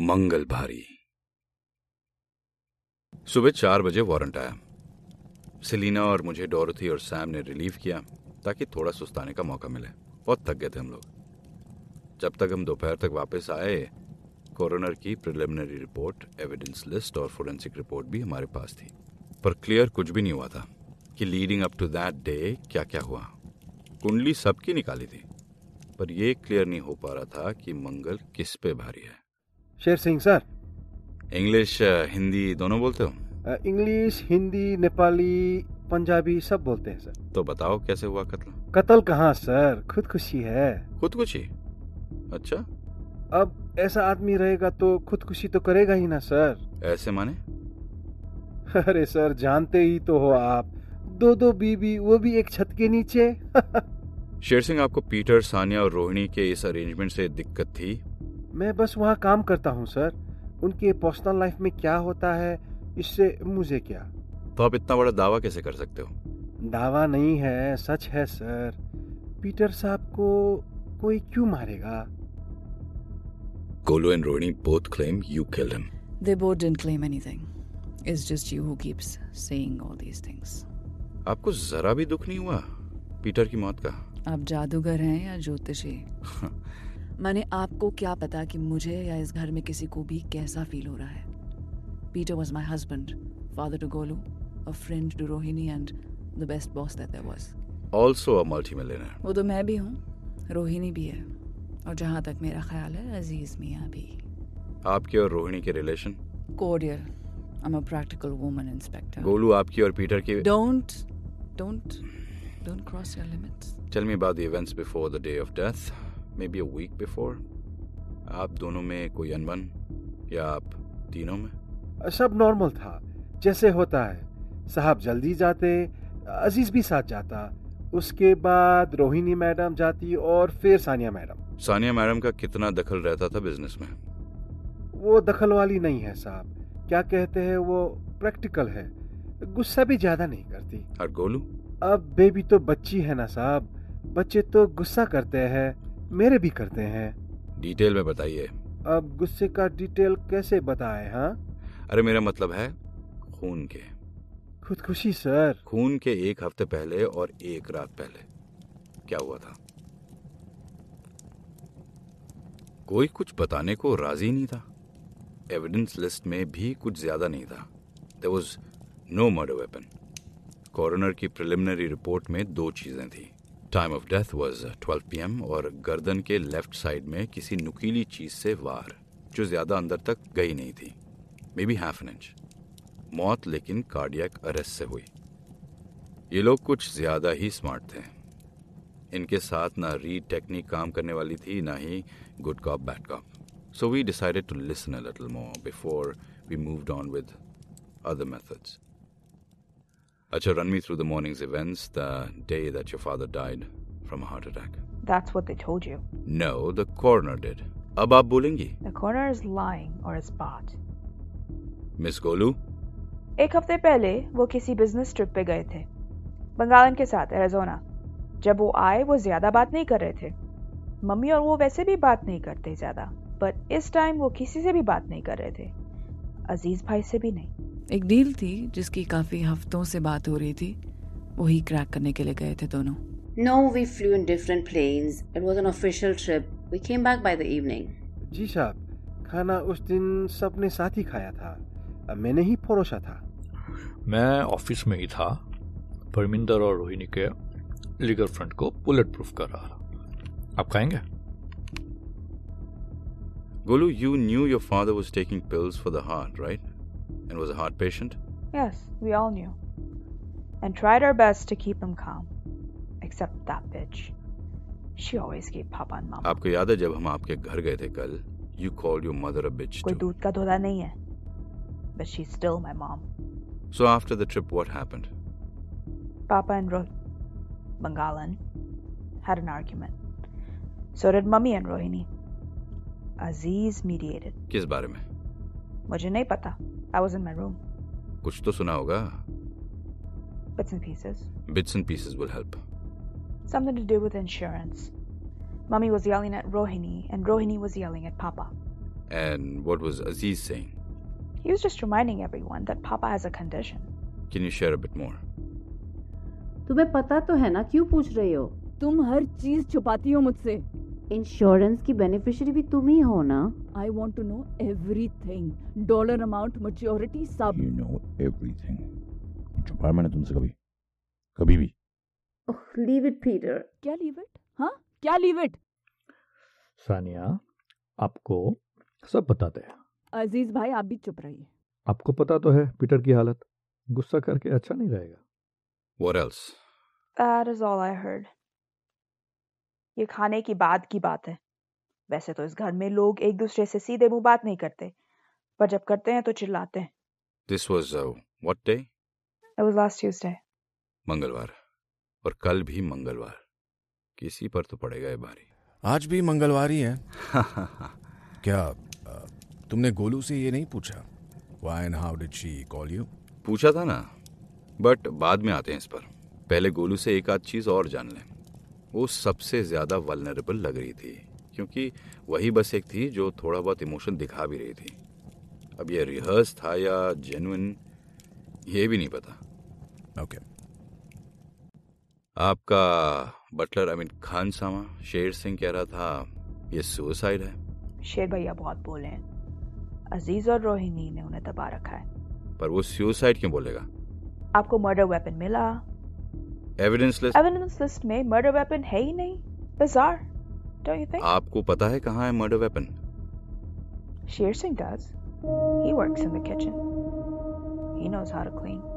मंगल भारी सुबह चार बजे वारंट आया सेलिना और मुझे डोरथी और सैम ने रिलीव किया ताकि थोड़ा सुस्ताने का मौका मिले बहुत थक गए थे हम लोग जब तक हम दोपहर तक वापस आए कोरोनर की प्रिलिमिनरी रिपोर्ट एविडेंस लिस्ट और फोरेंसिक रिपोर्ट भी हमारे पास थी पर क्लियर कुछ भी नहीं हुआ था कि leading up to that day क्या क्या हुआ कुंडली सबकी निकाली थी पर यह क्लियर नहीं हो पा रहा था कि मंगल किस पे भारी है Sher Singh sir English Hindi uh, दोनों बोलते हो अ, इंग्लिश हिंदी नेपाली पंजाबी सब बोलते हैं सर तो बताओ कैसे हुआ कत्ल कत्ल कहाँ सर खुदकुशी है खुदकुशी अच्छा अब ऐसा आदमी रहेगा तो खुदकुशी तो करेगा ही ना सर ऐसे माने अरे सर जानते ही तो हो आप दो दो बीबी वो भी एक छत के नीचे शेर सिंह आपको पीटर सानिया और रोहिणी के इस अरेंजमेंट से दिक्कत थी मैं बस वहाँ काम करता हूँ सर उनके पर्सनल लाइफ में क्या होता है इससे मुझे क्या तो आप इतना बड़ा दावा कैसे कर सकते हो दावा नहीं है सच है सर पीटर साहब को कोई क्यों मारेगा Golu and Rohini both claim you killed him They both didn't claim anything. It's just you who keeps saying all these things. आपको जरा भी दुख नहीं हुआ पीटर की मौत का आप जादूगर हैं या ज्योतिषी मैंने आपको क्या पता कि मुझे या इस घर में किसी को भी कैसा फील हो रहा है Peter was my husband father to Golu a friend to Rohini and the best boss that there was also a multi millionaire वो तो मैं भी हूँ रोहिणी भी है और जहाँ तक मेरा ख्याल है अजीज मियाँ भी आपके और रोहिणी के रिलेशन कोरियर I am a practical woman inspector Golu आपकी और पीटर की don't don't don't cross your limits tell me about the events before the day of death maybe a week before आप दोनों में कोई अनबन या आप तीनों में सब नॉर्मल था जैसे होता है साहब जल्दी जाते अजीज भी साथ जाता उसके बाद रोहिणी मैडम जाती और फिर सानिया मैडम सानिया मैडम का कितना दखल रहता था बिजनेस में वो दखल वाली नहीं है साहब क्या कहते हैं वो प्रैक्टिकल है गुस्सा भी ज्यादा नहीं करती और गोलू अब बेबी तो बच्ची है ना साहब बच्चे तो गुस्सा करते हैं मेरे भी करते हैं डिटेल में बताइए अब गुस्से का डिटेल कैसे बताएं हाँ अरे मेरा मतलब है खून के खुदकुशी सर खून के एक हफ्ते पहले और एक रात पहले क्या हुआ था कोई कुछ बताने को राजी नहीं था एविडेंस लिस्ट में भी कुछ ज्यादा नहीं था there was no murder weapon coroner की प्रिलिमिनरी रिपोर्ट में दो चीजें थी time of death was 12 PM और गर्दन के लेफ्ट साइड में किसी नुकीली चीज से वार जो ज्यादा अंदर तक गई नहीं थी maybe half an inch मौत लेकिन कार्डियक अरेस्ट से हुई ये लोग कुछ ज्यादा ही स्मार्ट थे इनके साथ ना रीड टेक्निक काम करने वाली थी ना ही good cop bad cop so we decided to listen a little more before we moved on with other methods अच्छा run me through the morning's events the day that your father died from a heart attack That's what they told you. No the coroner did अब आप बोलेंगी The coroner is lying or is bot. Miss Golu एक हफ्ते पहले वो किसी business trip पे गए थे बंगालन के साथ एरिजोना जब वो आए वो ज्यादा बात नहीं कर रहे थे मम्मी और वो वैसे भी बात नहीं करते ज्यादा बट इस टाइम वो किसी से भी बात नहीं कर रहे थे अजीज भाई से भी नहीं एक डील थी जिसकी काफी हफ्तों से बात हो रही थी वही क्रैक करने के लिए गए थे दोनों No, we flew in different planes. It was an official trip. We came back by the evening. जी साहब खाना उस दिन सबने साथ ही खाया था अब मैंने ही परोसा था मैं ऑफिस में ही था परमिंदर और रोहिणी के लीगल फ्रंट को बुलेट प्रूफ कर रहा था आप खाएंगे Golu you knew your father was taking pills for the heart right and was a heart patient yes we all knew and tried our best to keep him calm except that bitch she always keep papa and mama आपको याद है जब हम आपके घर गए थे कल you call your mother a bitch कोई दूध का धोला नहीं है but she still my mom so after the trip what happened Papa and Roh- Bangalan had an argument. So did Mummy and Rohini. Aziz mediated. किस बारे में मुझे नहीं पता. I was in my room. कुछ तो सुना होगा Bits and pieces. Bits and pieces will help Something to do with insurance. Mummy was yelling at Rohini and Rohini was yelling at Papa. And what was Aziz saying? He was just reminding everyone that Papa has a condition. Can you share a bit more? तुम्हें पता तो है ना क्यों पूछ रही हो तुम हर चीज छुपाती हो मुझसे इंश्योरेंस की बेनिफिशियरी भी तुम ही हो ना I want to know everything dollar amount maturity सब यू नो एवरीथिंग छुपाया मैंने तुमसे कभी कभी भी लीव इट पीटर क्या लीव इट हाँ क्या लीव इट सानिया आपको सब बताते हैं अजीज भाई आप भी चुप रहिए आपको पता तो है पीटर की हालत गुस्सा करके अच्छा नहीं रहेगा What else? That is all I heard. ये खाने की बाद की बात है वैसे तो इस घर में लोग एक दूसरे से सीधे मुंह बात नहीं करते पर जब करते हैं तो चिल्लाते हैं This was uh, what day? It was last Tuesday. मंगलवार और कल भी मंगलवार किसी पर तो पड़ेगा ये भारी आज भी मंगलवार ही है क्या अ, तुमने गोलू से ये नहीं पूछा why and how did she call you पूछा था ना बट बाद में आते हैं इस पर पहले गोलू से एक आध चीज़ और जान लें वो सबसे ज़्यादा वलनरेबल लग रही थी क्योंकि वही बस एक थी जो थोड़ा बहुत इमोशन दिखा भी रही थी अब ये रिहर्स था या जेन्युइन ये भी नहीं पता ओके आपका बटलर अमित खान सामा शेर सिंह कह रहा था ये सुसाइड है शेर भैया बहुत बोले हैं अजीज और रोहिणी ने उन्हें दबा रखा है पर वो सुसाइड क्यों बोलेगा आपको मर्डर वेपन मिला एविडेंस लिस्ट एविडेंस लिस्ट में मर्डर वेपन है ही नहीं बिजार डोंट यू थिंक आपको पता है कहाँ है murder weapon Sher Singh does. He works in the kitchen. He knows how to clean.